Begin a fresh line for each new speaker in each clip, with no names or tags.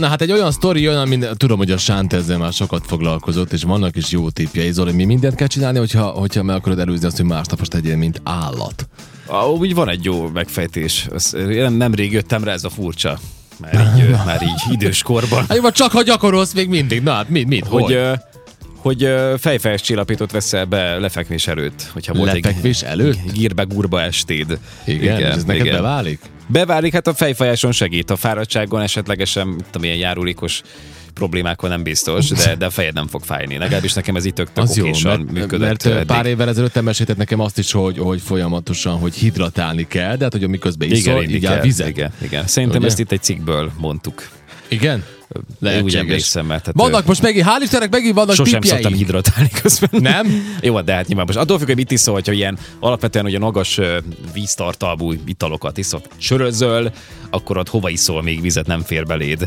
Na hát egy olyan sztori jön, amin tudom, hogy a Sánt ezzel már sokat foglalkozott, és vannak is jó tippjei, Zoli, mi mindent kell csinálni, hogyha, hogyha meg akarod előzni azt, hogy másnapost tegyél, mint állat.
Ah, úgy van egy jó megfejtés. Azt- Én nem, nemrég jöttem rá, ez a furcsa. Már így, ö, már így idős korban.
Hát jó, vagy csak ha gyakorolsz még mindig, na hát mit, mit, hogy,
Hogy,
hogy?
ö, hogy ö, fejfejes csillapítót veszel be lefekvés előtt, hogyha volt
Lefekvés előtt?
egy gírbe-gurba estéd.
Igen, igen, és ez neked igen. beválik?
Beválik, hát a fejfájáson segít, a fáradtságon esetlegesen, mit tudom, ilyen járulékos problémákon nem biztos, de, de a fejed nem fog fájni. Legalábbis nekem ez itt tök, tök
Az jó,
okésan
mert,
működött.
mert ö,
eddig.
pár évvel ezelőtt te mesélted nekem azt is, hogy, hogy folyamatosan, hogy hidratálni kell, de hát, hogy miközben iszol,
inni
így áll
kell.
vizet.
Igen, igen. Szerintem
Ugye?
ezt itt egy cikkből mondtuk.
igen?
Úgy
Lehetséges.
emlékszem, mert tehát,
Vannak
ö,
most megint, hál' Istennek megint vannak
Sosem
tippjeink.
szoktam hidratálni közben.
Nem?
Jó, de hát nyilván most attól függ, hogy mit iszol, hogyha ilyen alapvetően ugye magas ö, víztartalmú italokat iszol, sörözöl, akkor ott hova iszol, még vizet nem fér beléd.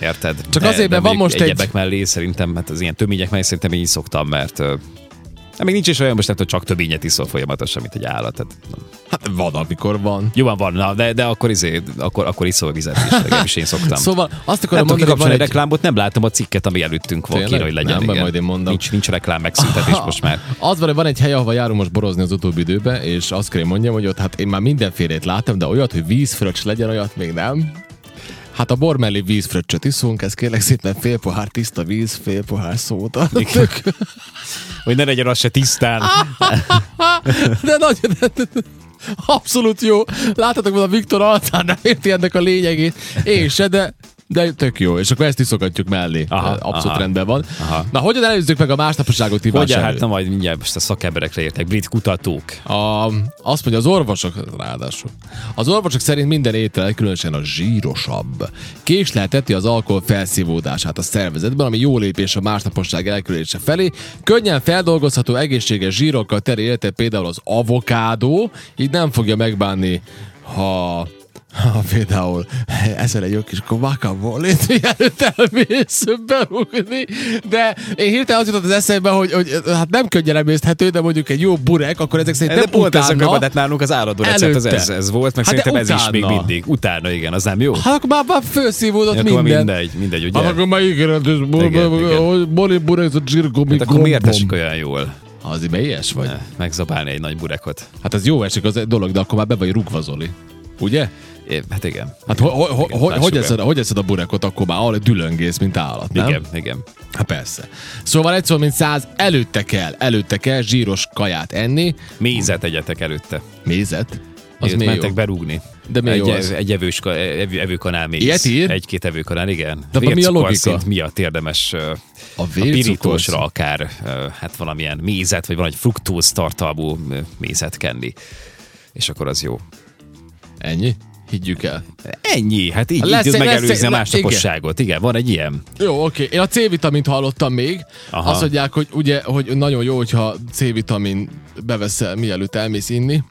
Érted?
Csak
De-
azért,
de
mert van
mondjuk
most egy-
egyebek mellé szerintem, hát az ilyen tömények mellé szerintem én így szoktam, mert ö, Hát még nincs is olyan most, nem, hogy csak töbényet iszol folyamatosan, mint egy állat. Tehát,
Hát van, amikor van.
jó, van, van, na, de, de akkor, izé, akkor, akkor iszol vizet is, legalábbis én szoktam.
Szóval azt
nem
akarom
tudom
mondani, hogy van
kikapcsolni egy...
egy...
reklámot, nem látom a cikket, ami előttünk van,
Tényleg?
kéne, hogy legyen.
Nem, majd
igen.
majd én mondom.
Nincs, nincs reklám megszüntetés most már.
Az van, hogy van egy hely, ahova járunk most borozni az utóbbi időben, és azt kell hogy mondjam, hogy ott hát én már mindenfélét láttam, de olyat, hogy vízfröccs legyen, olyat még nem. Hát a bor mellé vízfröccsöt iszunk, ez kérlek szépen fél pohár tiszta víz, fél pohár szóta.
Hogy ne legyen az se tisztán.
Ah! De nagy, de, de, de, abszolút jó. Láthatok volna Viktor Altán, nem érti ennek a lényegét. Én se, de de tök jó, és akkor ezt iszogatjuk mellé. Aha,
Aha,
Abszolút aha,
aha.
rendben van. Aha.
Aha.
Na, hogyan előzzük meg a másnaposágot
Hogy
ivás
hát
előtt?
na majd mindjárt most a szakemberekre értek, brit kutatók.
A, azt mondja, az orvosok ráadásul. Az orvosok szerint minden étel, különösen a zsírosabb, késlelteti az alkohol felszívódását a szervezetben, ami jó lépés a másnaposság elkerülése felé. Könnyen feldolgozható egészséges zsírokkal teri élete például az avokádó, így nem fogja megbánni, ha ha például eszel egy jó kis kovákavolét, mielőtt elmész berúgni, de én hirtelen az jutott az eszembe, hogy, hogy hát nem könnyen emészthető, de mondjuk egy jó burek, akkor ezek szerint
De
nem
pont ezek
utána,
a hát nálunk az állandó recept, az
Előtte.
ez, ez volt, meg
Hát de
szerintem ez is még
utána.
mindig. Utána, igen, az nem jó?
hát akkor már, már felszívódott
Akkor
minden.
mindegy, mindegy, ugye?
Hát akkor már ígéret, ez bor-
Igen, igen.
hogy boli burek, ez a dzsirgomi
Hát akkor miért esik
gombom.
olyan jól Eh,
Az ilyes vagy?
megzabálni egy nagy burekot?
Hát ez jó esik az egy dolog, de akkor már be vagy rúgva, Zoli. Ugye?
É, Hát igen.
Hát ho- ho- ho-
Igen,
ho-
lássuk
hogy,
el.
eszed, hogy eszed a burekot, akkor már ahol dülöngész, mint állat, nem?
Igen, igen.
Hát persze. Szóval egy szó, mint száz, előtte kell, előtte kell zsíros kaját enni,
Mézet egyetek előtte.
mézet, az
Őt
mi
mentek
jó.
berúgni.
De mi
egy,
jó az?
egy evős, ka- ev, evőkanál mész.
Ilyet ír?
Egy-két evőkanál, igen.
De mi a
Vércukorszint
logika?
miatt érdemes ö,
A
a
vércukorszint?
pirítósra akár ö, hát valamilyen mézet, vagy van egy fruktóz tartalmú ö, mézet kenni. És akkor az jó.
Ennyi? Higgyük el.
Ennyi, hát így,
Lesz
így
egy-
tudsz
lesz
megelőzni
egy-
a
le-
másnaposságot. Igen, van egy ilyen.
Jó, oké. Én a C-vitamint hallottam még. Aha.
Aha.
Azt mondják, hogy ugye, hogy nagyon jó, hogyha C-vitamin beveszel, mielőtt elmész inni.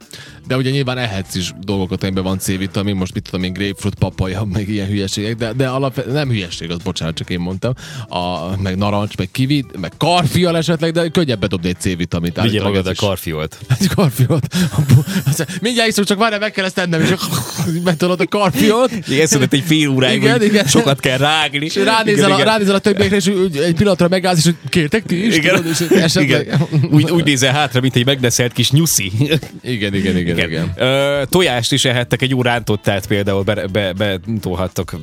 De ugye nyilván ehetsz is dolgokat, amiben van C-vitamin, most mit tudom én, grapefruit, papaja, meg ilyen hülyeségek, de, de alapvetően nem hülyeség, az bocsánat, csak én mondtam. A, meg narancs, meg kivi, meg karfiol esetleg, de könnyebb bedobni egy C-vitamint.
Vigyél
Állítólag
magad
ez
a
is.
karfiolt.
Egy karfiót. A bu- azt- Mindjárt iszok, csak várjál, meg kell ezt tennem, és betolod a karfiót.
Igen, szóval egy fél óráig
Igen,
hogy
igen.
sokat kell rágni. És
És ránézel, a, ránézel a többiekre, és úgy egy pillanatra megállsz, és hogy kértek ti is?
igen.
Tudod, és esetleg...
igen. Úgy, úgy nézel hátra, mint egy megneszelt kis nyuszi.
igen, igen, igen, igen. igen.
Ö, tojást is ehettek, egy jó rántottát például be, be, betolhattak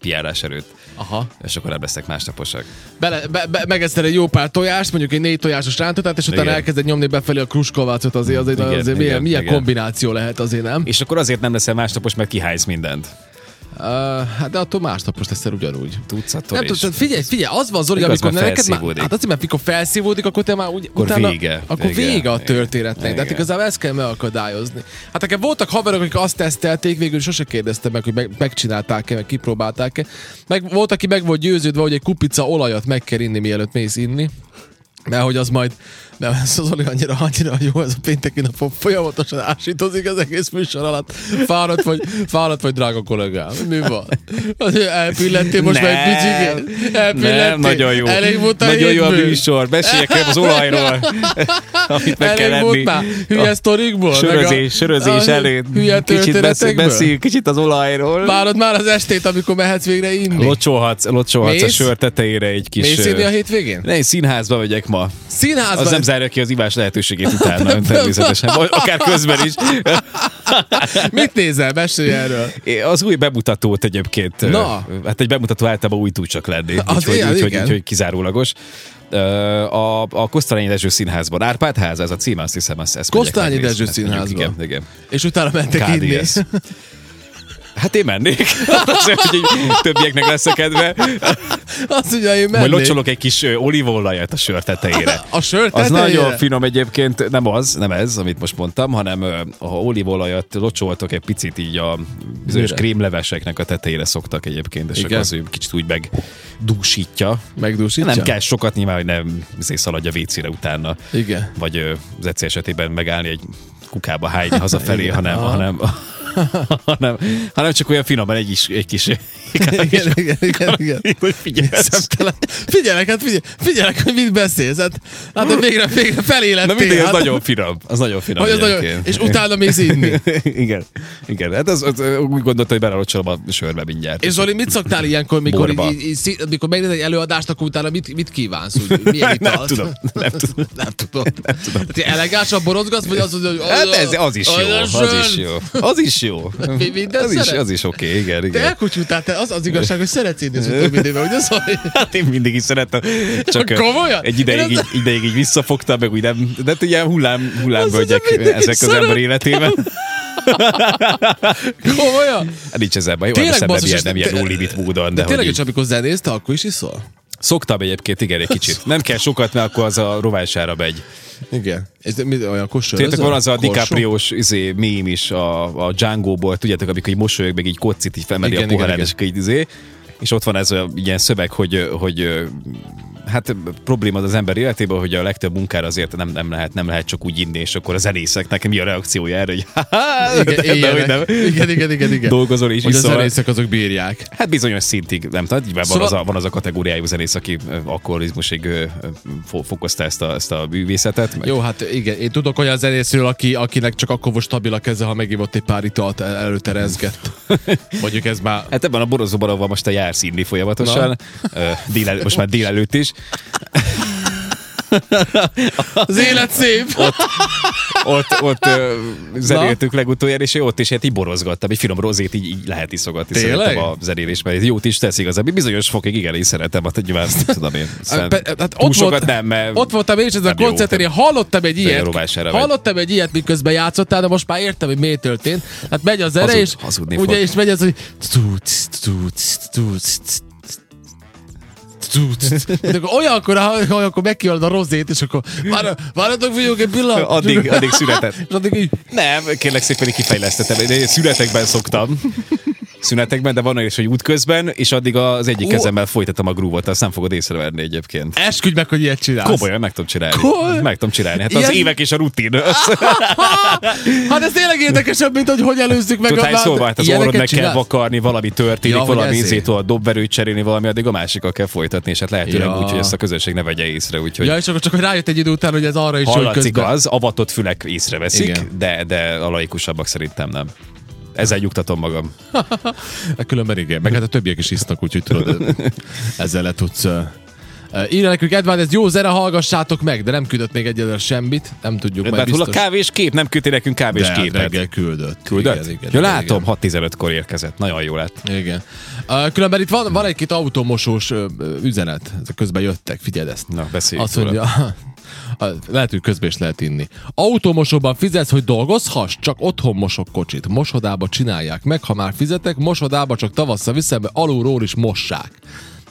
piárás előtt.
Aha.
És akkor nem lesznek másnaposak.
Bele, be, be, megeszed egy jó pár tojást, mondjuk egy négy tojásos rántottát, és utána
Igen.
elkezded nyomni befelé a kruskovácot, azért, azért,
Igen,
azért igen, milyen,
igen,
milyen
igen.
kombináció lehet azért, nem?
És akkor azért nem leszel másnapos, mert kihánysz mindent.
Uh, hát de attól másnap most teszel ugyanúgy.
Tudsz attól
Nem
és-
tudod, figyelj, figyelj, az van Zoli,
Igaz,
amikor
mert
neked már,
felszívódik.
hát azért, mert mikor felszívódik, akkor te már úgy,
Akkor
utána,
vége.
akkor vége,
Vége.
vége a
Igen.
történetnek, de hát
Igen.
igazából ezt kell megakadályozni. Hát nekem voltak haverok, akik azt tesztelték, végül sose kérdeztem meg, hogy meg, megcsinálták-e, meg kipróbálták-e. Meg volt, aki meg volt győződve, hogy egy kupica olajat meg kell inni, mielőtt mész inni. Mert hogy az majd, Nem, ez az Oli annyira, annyira jó, ez a pénteki napon folyamatosan ásítozik az egész műsor alatt. Fáradt vagy, fáradt vagy drága kollégám. Mi van? Azért Elpillentél most már egy
Nem.
picit? Elpillentél?
Nem, nagyon jó.
hát Elég volt a
nagyon jó a
hétből?
műsor. Beszéljek el az olajról, amit meg kell
Elég volt
enni.
már hülye sztorikból? meg a-
Sörözés, sörözés
a
előtt.
Hülye
Kicsit besz-
történetekből?
beszéljünk kicsit az olajról.
Várod már az estét, amikor mehetsz végre inni?
Locsolhatsz, locsolhatsz a
Mész?
sör tetejére egy kis...
Mész
ö,
inni a hétvégén?
Ne, én színházba megyek ma.
Színházban?
Az nem zárja ki az ivás lehetőségét utána, természetesen. Vagy Akár közben is.
Mit nézel? Mesélj erről.
É, Az új bemutatót egyébként.
Na.
ö, Hát egy bemutató általában új tud csak lenni.
Az
Úgyhogy,
ilyen,
úgyhogy,
igen.
úgyhogy kizárólagos. Ö, A, a Kosztolányi Dezső Színházban. Árpád ház, ez a cím, azt hiszem. Ezt, ezt megyek
Kosztolányi Dezső
megnézni. Ezt mondjuk,
Színházban.
Igen, igen.
És utána mentek inni.
KDS. Hát én mennék. Azért, hogy így többieknek lesz a kedve.
Azt ugye, én
Majd
mennék.
locsolok egy kis ö, olívolajat a sör tetejére.
A sört
Az
tetejére?
nagyon finom egyébként, nem az, nem ez, amit most mondtam, hanem ö, ha olívolajat locsoltok egy picit így a bizonyos
Mire?
krémleveseknek a tetejére szoktak egyébként, és
Igen.
akkor az ő kicsit úgy megdúsítja.
Megdúsítja?
Nem kell sokat nyilván, hogy nem azért szaladja vécére utána,
Igen.
vagy ö, az Eci esetében megállni egy kukába hájni hazafelé, hanem, hanem, hanem, hanem, csak olyan finoman egy, is, egy kis...
Igen, igen, igen, igen.
Hogy figyelsz.
Szemtelen. Figyelek, hát figyelek, figyelek, hogy mit beszélsz. Hát, hát végre, végre felélettél.
Na mindig, az
hát,
nagyon finom. Az nagyon finom.
hogy az nagyon,
egyébként.
és utána mész inni.
igen, igen. Hát az, az, úgy gondolta, hogy belerocsolom a sörbe mindjárt.
És Zoli, mit szoktál ilyenkor, mikor, így,
Borba.
így, így, szí- mikor megnézed egy előadást, akkor utána mit, mit kívánsz? Úgy, milyen
Hát nem
italt?
tudom, nem
tudom. nem tudom. Nem tudom. Te elegánsan borozgatsz, vagy az, hogy...
Hát ez, az is jó, az is jó. Az is jó.
Mi- mindent
Az is,
szeret?
az is oké, okay, igen,
Te
igen.
elkutyultál, te az az igazság, hogy szeretsz inni az utóbbi időben, ugye Zoli?
Hát én mindig is szeretem. Csak
Komolyan?
egy ideig,
Én
így,
azt-
ideig így visszafogtam, meg úgy nem, de hát ilyen hullám, hullámvölgyek
Azt mondom, mindig
ezek az
szeret.
ember életében.
Komolyan?
Hát nincs ezzel baj, jó,
Tényleg,
nem
basszus,
ilyen, nem ilyen
te-
nullibit módon, de,
De
hogy
tényleg, és
így,
amikor zenészte, akkor is iszol?
szoktam egyébként, igen, egy kicsit. Nem kell sokat, mert akkor az a rovására megy.
Igen. És de mi, olyan kosör?
Tudjátok, van az a DiCaprio-s izé, mém is a, a Django-ból, tudjátok, amikor így mosolyog, meg így kocsit, így felmeri
Igen,
a
igen,
poharát,
igen.
és akkor így izé, és ott van ez a ilyen szöveg, hogy, hogy hát probléma az, az ember életében, hogy a legtöbb munkára azért nem, nem, lehet, nem lehet csak úgy inni, és akkor a zenészeknek mi a reakciója erre, hogy ha de,
Igen,
de, hogy
ilyenek.
nem.
igen, igen, igen, igen.
Dolgozol és
Hogy a
iszol.
zenészek azok bírják.
Hát bizonyos szintig, nem tudom, nyilván
Szóval-
szóval... van, az a, van az a kategóriájú zenész, aki ö, alkoholizmusig ö, ö, fo- fokozta ezt a, ezt a művészetet. Meg...
Jó, hát igen, én tudok olyan zenészről, aki, akinek csak akkor volt stabil a keze, ha megívott egy pár italt, el- előtte rezgett. Mondjuk ez már...
Hát ebben a borozóban, ahol most te jársz inni folyamatosan, ö, délel, most már délelőtt is, Hát-
Az élet szép!
ott, ott ö, zenéltük legutoljára, és én ott is hát így borozgattam, egy finom rozét így, így lehet iszogatni.
Tényleg?
Szeretem a zenélés, mert jót is tesz igazából. Bizonyos fokig igen, én szeretem, hát nyilván ezt tudom én. Szóval
Pe- hát
túl sokat nem, mert
ott voltam én is ezen a
nem jó.
koncerten, én hallottam egy ilyet,
rovására vagy.
hallottam egy ilyet, miközben játszottál, de most már értem, hogy miért történt. Hát megy a zene,
Hazud-
és
hazudni
ugye
fog.
és megy az, hogy tuc, tuc, tuc, tuc. De akkor olyankor, ha- olyankor megkívánod a rozét, és akkor vár, várjatok, fiúk, egy pillanat.
addig, addig született.
És addig így,
Nem, kérlek szépen, én kifejlesztettem. Én én szünetekben szoktam. Szünetekben, de van olyan is, hogy útközben, és addig az egyik
Ó.
kezemmel folytatom a grúvot, azt nem fogod észrevenni egyébként.
esküdj meg, hogy ilyet csinálsz.
Komolyan meg tudom csinálni.
Komoly?
Meg tudom csinálni. Hát az
Ilyen- Ah,
évek és a rutin.
Hát ez tényleg érdekesebb, mint hogy hogy előzzük meg
Tudod, hány szóval hát az orrod meg kell
csinálsz?
vakarni, valami történik,
Ja,
ja,
hogy
valami
ezért.
izétól a dobverőt cserélni, valami, addig a másikkal kell folytatni, és hát lehetőleg
Ja.
úgy, hogy ezt a közönség ne vegye észre, úgyhogy
Ja, és akkor csak, hogy rájött egy idő után, hogy ez arra is, hogy
hallatszik
közben.
az, avatott fülek észreveszik,
Igen.
de, de a laikusabbak szerintem nem. Ezzel nyugtatom magam.
De Különben igen, meg hát a többiek is isznak, úgyhogy tudod, ezzel le tudsz... ö, ö, Írja nekünk, Edvard, ez jó zene, hallgassátok meg, de nem küldött még egyelőre semmit, nem tudjuk
Mert
majd
hát hol a
biztos.
kávés kép, nem küldti nekünk kávés
de hát
képet.
reggel küldött.
Küldött?
Igen, igen,
ja,
igen,
látom, 6.15-kor érkezett. Nagyon jó lett.
Igen. igen. Ö, Különben itt van, van egy-két automosós ö, ö, üzenet, ezek közben jöttek, figyeld ezt.
Na, beszéljük.
Azt mondja, a- lehet, hogy közben is lehet inni. Autómosóban fizetsz, hogy dolgozhass? Csak otthon mosok kocsit. Mosodába csinálják meg, ha már fizetek, mosodába csak tavasszal viszem, mert alulról is mossák.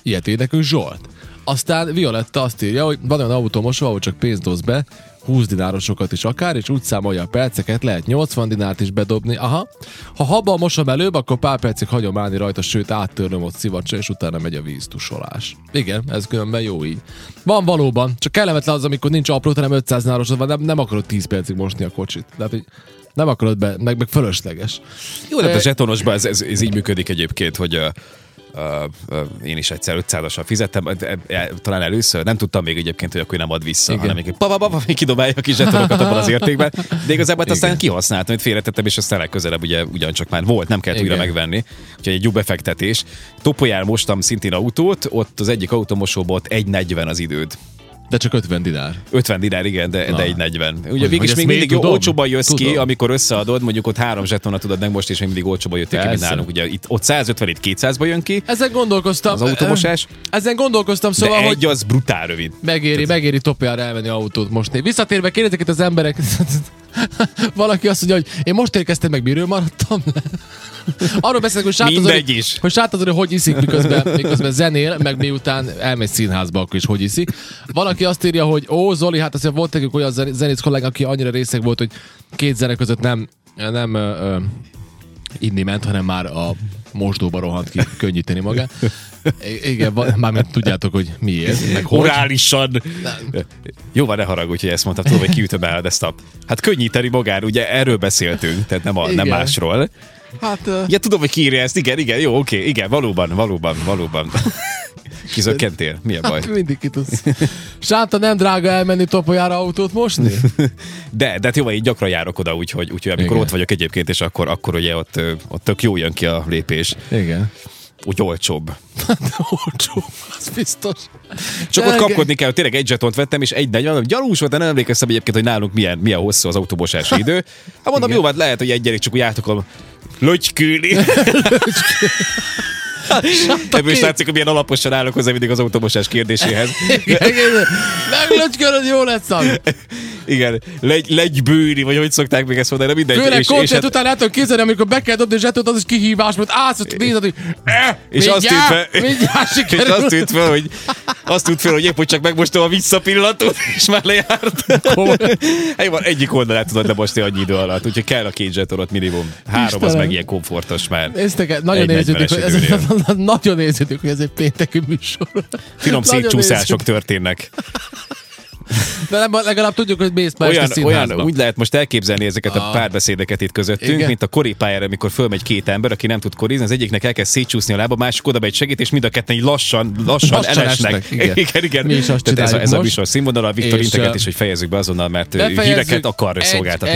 Ilyet ér nekünk Zsolt. Aztán Violetta azt írja, hogy van olyan automosó, ahol csak pénzt dosz be, 20 dinárosokat is akár, és úgy számolja a perceket, lehet 80 dinárt is bedobni. Aha. Ha habba mosom előbb, akkor pár percig hagyom állni rajta, sőt áttörlöm ott szivacsra, és utána megy a víztusolás. Igen, ez különben jó így. Van valóban, csak kellemetlen az, amikor nincs apró, hanem 500 dinárosod van, nem, nem akarod 10 percig mosni a kocsit. Tehát, hogy nem akarod be, meg, meg fölösleges.
Jó, de hát a zsetonosban ez, ez, ez így működik egyébként, hogy uh, uh, uh, én is egyszer 500-asra fizettem, eh, eh, eh, talán először, nem tudtam még egyébként, hogy akkor nem ad vissza, Igen. hanem még pa pa pa még kidobálja a kis zsetonokat abban az értékben, de igazából hát aztán
Igen.
kihasználtam, hogy félretettem, és aztán legközelebb ugye ugyancsak már volt, nem kellett újra
Igen.
megvenni, úgyhogy egy jó befektetés. Topolyán mostam szintén autót, ott az egyik automosóban ott 1.40 az időd.
De csak 50 dinár.
50 dinár, igen, de, de egy 40. Ugye
Hogy-
végig
hogy
is
ezt
még
miért
mindig tudom?
tudom?
olcsóban jössz tudom. ki,
Tudom.
amikor összeadod, mondjuk ott három zsetonnal tudod meg most, és még mindig olcsóban jöttél ki, mint
Persze.
nálunk. Ugye itt, ott 150, itt 200-ba jön ki,
Ezen gondolkoztam.
Az automosás?
Ezen gondolkoztam,
de
szóval, hogy
egy az brutál rövid.
Megéri, megéri topjára elmenni autót mosni. Visszatérve kérdezik itt az emberek. Valaki azt mondja, hogy én most érkeztem, meg miről maradtam le. Arról beszélek, hogy sátazol,
Mindegy is.
hogy sátazol, hogy iszik, miközben, miközben zenél, meg miután elmegy színházba, akkor is hogy iszik. Valaki azt írja, hogy ó, Zoli, hát azért volt nekünk olyan zen- zenész kollégánk, aki annyira részeg volt, hogy két zene között nem, nem ö, ö, inni ment, hanem már a mosdóba rohant ki könnyíteni magát. I- Igen, va- mármint tudjátok, hogy miért, meg hogy.
Orálisan. Jó, van, ne haragudj, hogy ezt mondtam, tudom, hogy kiütöm el ezt a... Hát könnyíteni magán, ugye erről beszéltünk, tehát nem, a, nem
Igen.
másról.
Hát, ö,
Ja, tudom, hogy kiírja ezt, igen, igen, jó, oké, igen, valóban, valóban, valóban. Kizökkentél? Mi a baj?
Hát mindig ki tudsz. Sánta, nem drága elmenni topolyára autót mosni?
De, de hát jó, én gyakran járok oda, úgyhogy, úgyhogy amikor
Igen.
ott vagyok egyébként, és akkor, akkor ugye ott, ö, ott tök jó jön ki a lépés,
Igen.
úgy olcsóbb.
Hát, De olcsó, az biztos.
Csak
De
ott
igen.
kapkodni kell, hogy tényleg egy zsetont vettem, és egy 40, gyanús volt, de nem emlékeztem egyébként, hogy nálunk milyen, milyen hosszú az autóbosási idő. Hát mondom, jó, hát lehet, hogy egy gyerek csak úgy átokom, lögykülni. Hát, Ebből is
két-
látszik, hogy milyen alaposan állok hozzá mindig az autóbosás kérdéséhez.
Igen, igen. Meglöcskölöd, jó lesz ami.
Igen, legy, legybűri, vagy hogy szokták még ezt mondani, de mindegy.
Főleg
és, és,
koncert
hát,
után el tudom képzelni, amikor be kell dobni zsetot, az is kihívás, mert állsz, ott nézed, hogy eh,
és azt
mindjárt,
ütve,
mindjárt
és
sikerül.
azt tűnt fel, hogy, azt tűnt fel, hogy épp, hogy csak megmostom a visszapillantót, és már lejárt. Hát van, egyik oldalát tudod lemosni annyi idő alatt, úgyhogy kell a két zsetorot minimum. Három az
Istenem.
meg ilyen komfortos már.
Néztek el, nagyon
Egy
érződik, hogy
40-es
ez,
időnél.
nagyon érződik, hogy ez egy pénteki műsor.
Finom
Nagyon
szétcsúszások történnek.
De nem, legalább tudjuk, hogy mész már
Olyan,
este
olyan,
színházba. Ah.
úgy lehet most elképzelni ezeket a párbeszédeket itt közöttünk,
Igen.
mint a koripályára, amikor fölmegy két ember, aki nem tud korizni, az egyiknek elkezd szétcsúszni a lába, másik oda megy segít, és mind a ketten így lassan, lassan,
Lassan
elesnek.
esnek, igen.
igen, igen.
Mi is azt
Tehát ez a,
csináljuk
ez a
most.
műsor színvonala, Viktor
És,
integet
ö,
is, hogy fejezzük be azonnal, mert ő
Befejezzük.
híreket akar szolgáltatni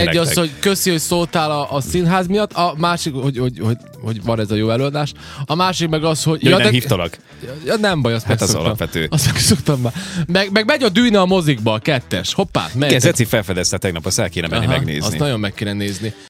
egy, egy
nektek.
az, hogy köszi, hogy szóltál a, a színház miatt, a másik, hogy, hogy, hogy, hogy van ez a jó előadás, a másik meg az, hogy...
Jaj, nem hívtalak.
Ja, nem baj, azt
Hát az
megszoktam.
alapvető.
Azt megszoktam már. Meg, meg megy a dűne a mozikba, a kettes. Hoppá, megy.
Igen, Zeci felfedezte tegnap, azt el kéne menni
Aha,
megnézni.
Azt nagyon meg kéne nézni.